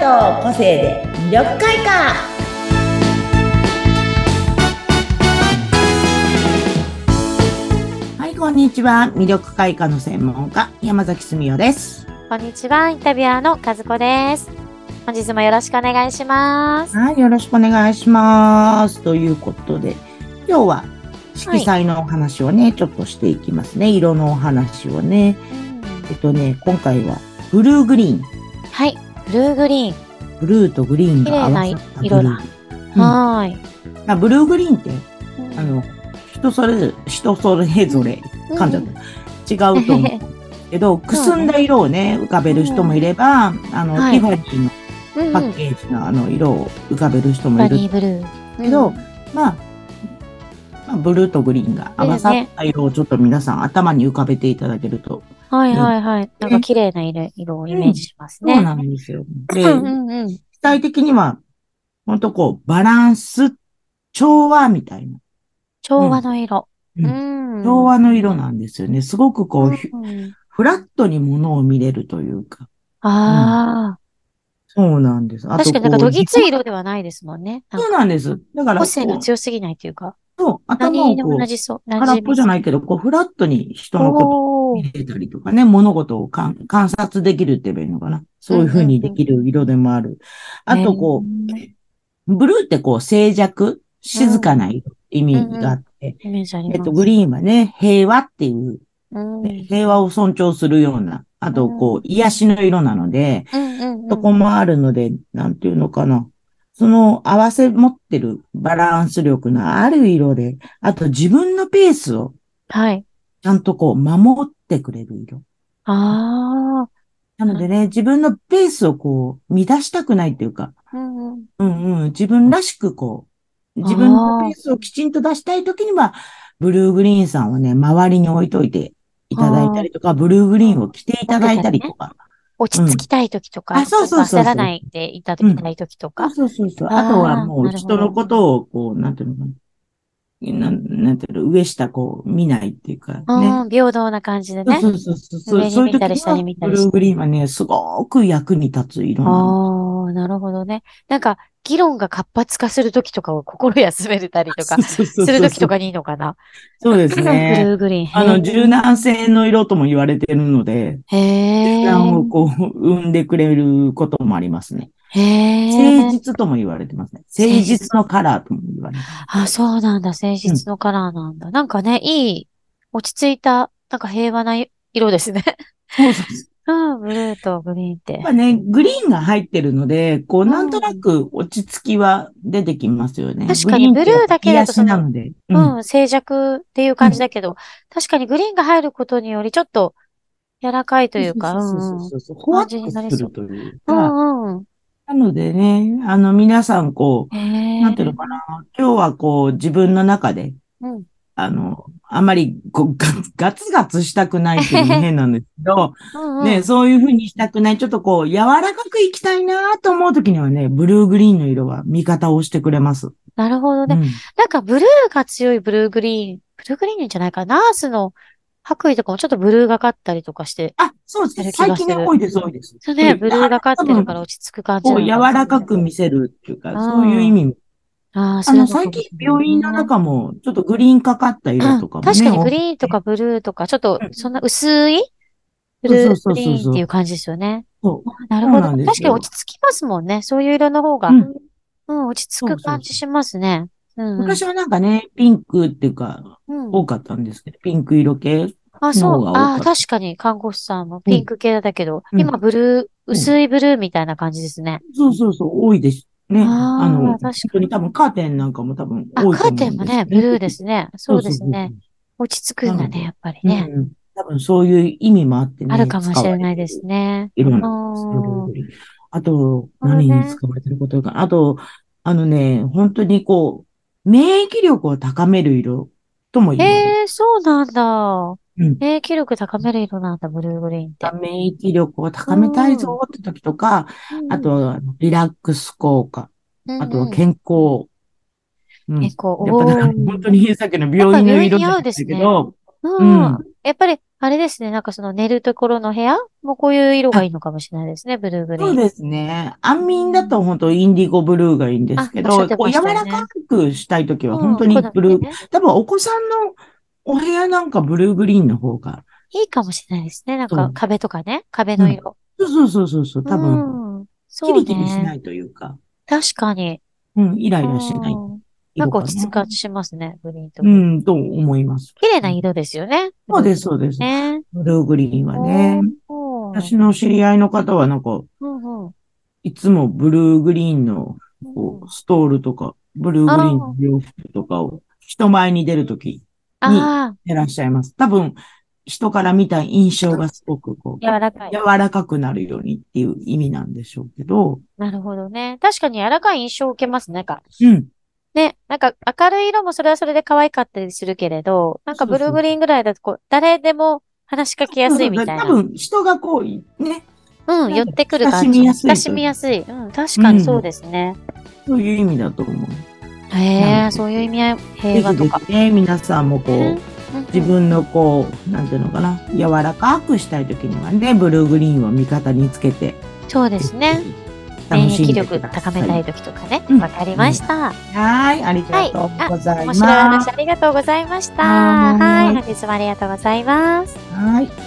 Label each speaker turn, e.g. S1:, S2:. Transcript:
S1: の個性で魅力開花はいこんにちは魅力開花の専門家山崎すみよです
S2: こんにちは、インタビュアーの和子です。本日もよろしくお願いします。
S1: はいよろしくお願いしますということで今日は色彩のお話をね、ちょっとしていきますね色のお話をねえっとね今回はブルーグリーン
S2: はい、ブルーグリーン。
S1: ブルーとグリーンが合わさったブ
S2: 綺
S1: ル
S2: 麗な色
S1: ー
S2: だはーい。
S1: あブルーグリーンって
S2: うん
S1: あの人それぞれ人それぞれ噛んじゃった、違うと思う けどくすんだ色をね浮かべる人もいれば、あの、
S2: は
S1: ティ
S2: い
S1: ファニーの
S2: うんうん
S1: パッケージのあの色を浮かべる人も
S2: バ
S1: いる
S2: ニーブルー。
S1: けど、
S2: うん
S1: まあまあ、ブルーとグリーンが合わさった色をちょっと皆さん頭に浮かべていただけると、
S2: はいはいはい。なんか綺麗な色色をイメージしますね。
S1: そうなんです よ。で、
S2: うん
S1: 具
S2: うんうん。
S1: 体的には、ほんとこう、バランス、調和みたいな、
S2: 調和の色。
S1: うん
S2: うん
S1: 調和の色なんですよね。すごくこう、ひゅ
S2: うん
S1: フラットにものを見れるというか、
S2: あ
S1: そうなんです。
S2: あ。
S1: あ
S2: 確かになんか
S1: こう
S2: どぎつい色ではないですもんね。なん
S1: そ
S2: か
S1: うなんです。だから、
S2: 個性が
S1: こう
S2: 強すぎないというか。
S1: そう、頭
S2: 何
S1: を
S2: で
S1: こ
S2: も同
S1: う、
S2: じそう。
S1: 空っぽじゃ
S2: ない。
S1: ないけど、こう、フラットに人のこと
S2: お
S1: を
S2: ー
S1: 見れたりとかね、物事をかん観察できるって言えばいいのかな。そういうふうにできる色でもある。あと、こ
S2: ね
S1: う、ブルーってこう、静寂、静かな色って意味があって、
S2: イメージあります。
S1: えっと、グリーンはね、平和っていう、
S2: うん
S1: ね平和を尊重するような、あと、こ
S2: う
S1: う、癒しの色なので、
S2: うんうんうん
S1: とこもあるので、なんていうのかな。その合わせ持ってるバランス力のある色で、あと自分のペースを
S2: はい。
S1: ちゃんとこう守ってくれる色。
S2: あ
S1: なのでね、自分のペースをこう乱したくないっていうか、
S2: あ。うんうん。
S1: うんうん、自分らしくこう、自分のペースをきちんと出したいときには、ブルーグリーンさんをね、周りに置いといていただいたりとか、ブルーグリーンを着ていただいたりとか。
S2: 落ち着きたい時とか、
S1: うんあそうそうそうそう
S2: 焦らないでいただきたい時とか。
S1: そうそうそう。
S2: あー
S1: あとはもう
S2: なるほど
S1: 人のことを、こう、なんていうのかな。なんなんていうの、上下こう見ないっていうかね。
S2: うん、平等な感じでね。
S1: そうそうそうそう。
S2: 上に
S1: そういう時
S2: 見たり下に
S1: は
S2: 見た
S1: ブ
S2: り
S1: ル
S2: して
S1: ーグリーンはね、すごく役に立つ色なの。
S2: ああ、なるほどね。なんか、議論が活発化する時とかを心休めれたりとか、
S1: そう
S2: す
S1: そうそう
S2: る時と
S1: そう
S2: かにいいのかな。
S1: そうです
S2: ブ
S1: ね。
S2: ルーグリーン。
S1: あの、
S2: へ
S1: 柔軟性の色とも言われてるので、
S2: え。へ
S1: 柔
S2: え。
S1: 軟をこう、生んでくれることもありますね。
S2: へえ。
S1: 誠実とも言われてますね。誠実のカラーとも言われてます。
S2: あ、そうなんだ。誠実のカラーなんだ。なんかね、いい、落ち着いた、なんか平和な色ですね。
S1: そうそうそう
S2: うん、ブルーとグリーンって
S1: やっ。ぱね、グリーンが入ってるので、こう、なんとなく落ち着きは出てきますよね。
S2: 確かに
S1: グリーンってやっぱ
S2: ブルーだけだと
S1: 癒しなので。
S2: う
S1: うん
S2: ん、静寂っていう感じだけど、確かにグリーンが入ることにより、ちょっと柔らかいというか、う
S1: そ
S2: ん。
S1: そううんそうそう。ほわっとするという
S2: う
S1: か。
S2: んうん。
S1: なのでね、あの、皆さん、こ
S2: へ
S1: う、
S2: え。
S1: なんていうのかな。今日はこう、自分の中で、
S2: うん。
S1: あの、あまりこうガツガツガツしたくないっていうのも変なんですけど、
S2: うんうん
S1: ね、そういうふうにしたくない、ちょっとこう、柔らかくいきたいなと思うときにはね、ブルーグリーンの色は味方をしてくれます。
S2: なるほど
S1: う
S2: ね。
S1: ん
S2: なんかブルーが強いブルーグリーン、ブルーグリーンじゃないかな。ナースの白衣とかもちょっとブルーがかったりとかして、
S1: あ、そうですね。
S2: してる気
S1: 最
S2: がす
S1: 近
S2: る
S1: ね、多いです、多いです。
S2: そうね、
S1: ん
S2: ブルーがかってるか
S1: 多
S2: ら
S1: 分
S2: 落ち着く感じ
S1: こ
S2: な
S1: う
S2: の
S1: 柔
S2: かもしれない
S1: らかく見せるっていうか、
S2: うん
S1: そういう意味。
S2: ああ、
S1: あ
S2: そう
S1: の、
S2: いうこと
S1: 最
S2: か
S1: 近病院の中も、ちょっとグリーンかかった色とかもね。
S2: 確かにグリーンとかブルーとか、ちょっと
S1: うん
S2: そんな薄いブ
S1: そう
S2: ル
S1: そうそうそ
S2: ー
S1: う
S2: グリーンっていう感じですよね。
S1: そ
S2: なるほど。
S1: そうなん
S2: 確
S1: です
S2: かに
S1: よ
S2: 落ち着きますもんね。そういう色の方が。
S1: う。うん。
S2: うん、落ち着
S1: そうそう
S2: く
S1: そう
S2: 感じしますね。うんうん。
S1: 昔はなんかね、ピンクっていうか、
S2: うん
S1: 多かったんですけど、ピンク色系。
S2: あ、そ
S1: の
S2: う。
S1: 方が多か
S2: あ
S1: っ
S2: あ、
S1: た
S2: 確かに看護師さんもピンク系だけど、
S1: うん
S2: 今ブルー、薄いブルーみたいな感じですね。
S1: そうそうそう、多いです。ね。
S2: あー
S1: あの、
S2: 確かに
S1: 本当に多分カーテンなんかも多分多
S2: あ、
S1: いと思うんです
S2: カーテンもね、ブルーで。すね。そうです
S1: そ
S2: ね。。落ち着くんだね、やっぱりね。
S1: うん。多分そういう意味もあってね。
S2: あるかもしれないで
S1: ね
S2: すね。
S1: いろんなですよ
S2: うん
S1: 料理あと、
S2: そう
S1: 何
S2: ね
S1: に使われてることか。あと、あのね、本当にこう、免疫力を高める色とも言われる。
S2: ええそうなんだ。
S1: うん
S2: 免疫力高める色なんだ、ブルーグリーンって。
S1: 免疫力を高めたいぞって時とか、あと、あのリラックス効果、
S2: うんうん、
S1: あとは健康。うん。やっ
S2: 結構、
S1: ぱだから
S2: おー
S1: 本当にさっきの病院の色じゃないけ
S2: やっぱ病院に合うですね
S1: ど、
S2: うん
S1: うん
S2: やっぱりあれですね、なんかその寝るところの部屋もこういう色がいいのかもしれないですね、ブルーグリ
S1: そ
S2: ー
S1: う
S2: ン。
S1: ですね。安眠だと本当インディゴブルーがいいんですけ
S2: あおっしゃ
S1: ど、
S2: って
S1: こう
S2: まし
S1: 柔
S2: たよ
S1: ら
S2: ね
S1: かくしたいときは
S2: うん
S1: 本当に
S2: こだわって
S1: ブルー、
S2: ね
S1: 多分お子さんのお部屋なんかブルーグリーンの方が、
S2: いいかもしれないですね。なん
S1: そ
S2: か
S1: う
S2: 壁とかね、壁の色。
S1: そうそうそうそうそう、多分、
S2: 分。そ
S1: キ
S2: う
S1: リキリしな
S2: ね。
S1: いというか、
S2: 確かに。
S1: うん、イライラしない
S2: うん
S1: 色
S2: なん
S1: か
S2: か
S1: な。
S2: 落ち着かしますね、グリーンと
S1: う。ん、と思います。
S2: 綺麗な色ですよね。
S1: そうです、そうです。
S2: ね。
S1: ブルーグリーンはね。
S2: おー
S1: 私の知り合いの方はなんか、
S2: うんうん
S1: いつもブルーグリーンのこうストールとか、ブルーグリーンの洋服とかを人前に出るとき
S2: ああ、
S1: いらっしゃいます。多分、人から見た印象がすごくこう、
S2: 柔らかい
S1: 柔。らかくなるようにっていう意味なんでしょうけど、
S2: なるほどね。確かに柔らかい印象を受けますね。なんか、
S1: うん。
S2: ね、なんか明るい色もそれはそれで可愛かったりするけれど、なんかブルーグリーンぐらいだとこう、誰でも話しかけやすいみたい
S1: 多
S2: な。
S1: 分、人がこう、ね、
S2: うん、寄ってくる感じ。
S1: 親しみやすいという
S2: 親しみやすい。うん、確かにそうですね。
S1: そういう意味だと思う。
S2: へ
S1: う
S2: え、
S1: ん
S2: そういう意味合い、
S1: ぜ
S2: 平和
S1: ひ
S2: と
S1: で
S2: か。
S1: すね、皆さんもこ
S2: うん
S1: う、自分のこう、なんていうのかな、柔らかくしたいときにはね、ブルーグリーンを味方につけて、
S2: そうですね。免
S1: 楽しん
S2: 疫
S1: で
S2: 力
S1: くださ
S2: 高めたい時とかね
S1: う。ん
S2: わかりました。
S1: はい、あり
S2: は
S1: が
S2: い。
S1: とう
S2: あ、
S1: ござい
S2: 面
S1: ま
S2: 白
S1: す。
S2: い話ありがとうございました。
S1: は
S2: はいい。本日もありがとうございます。
S1: はい。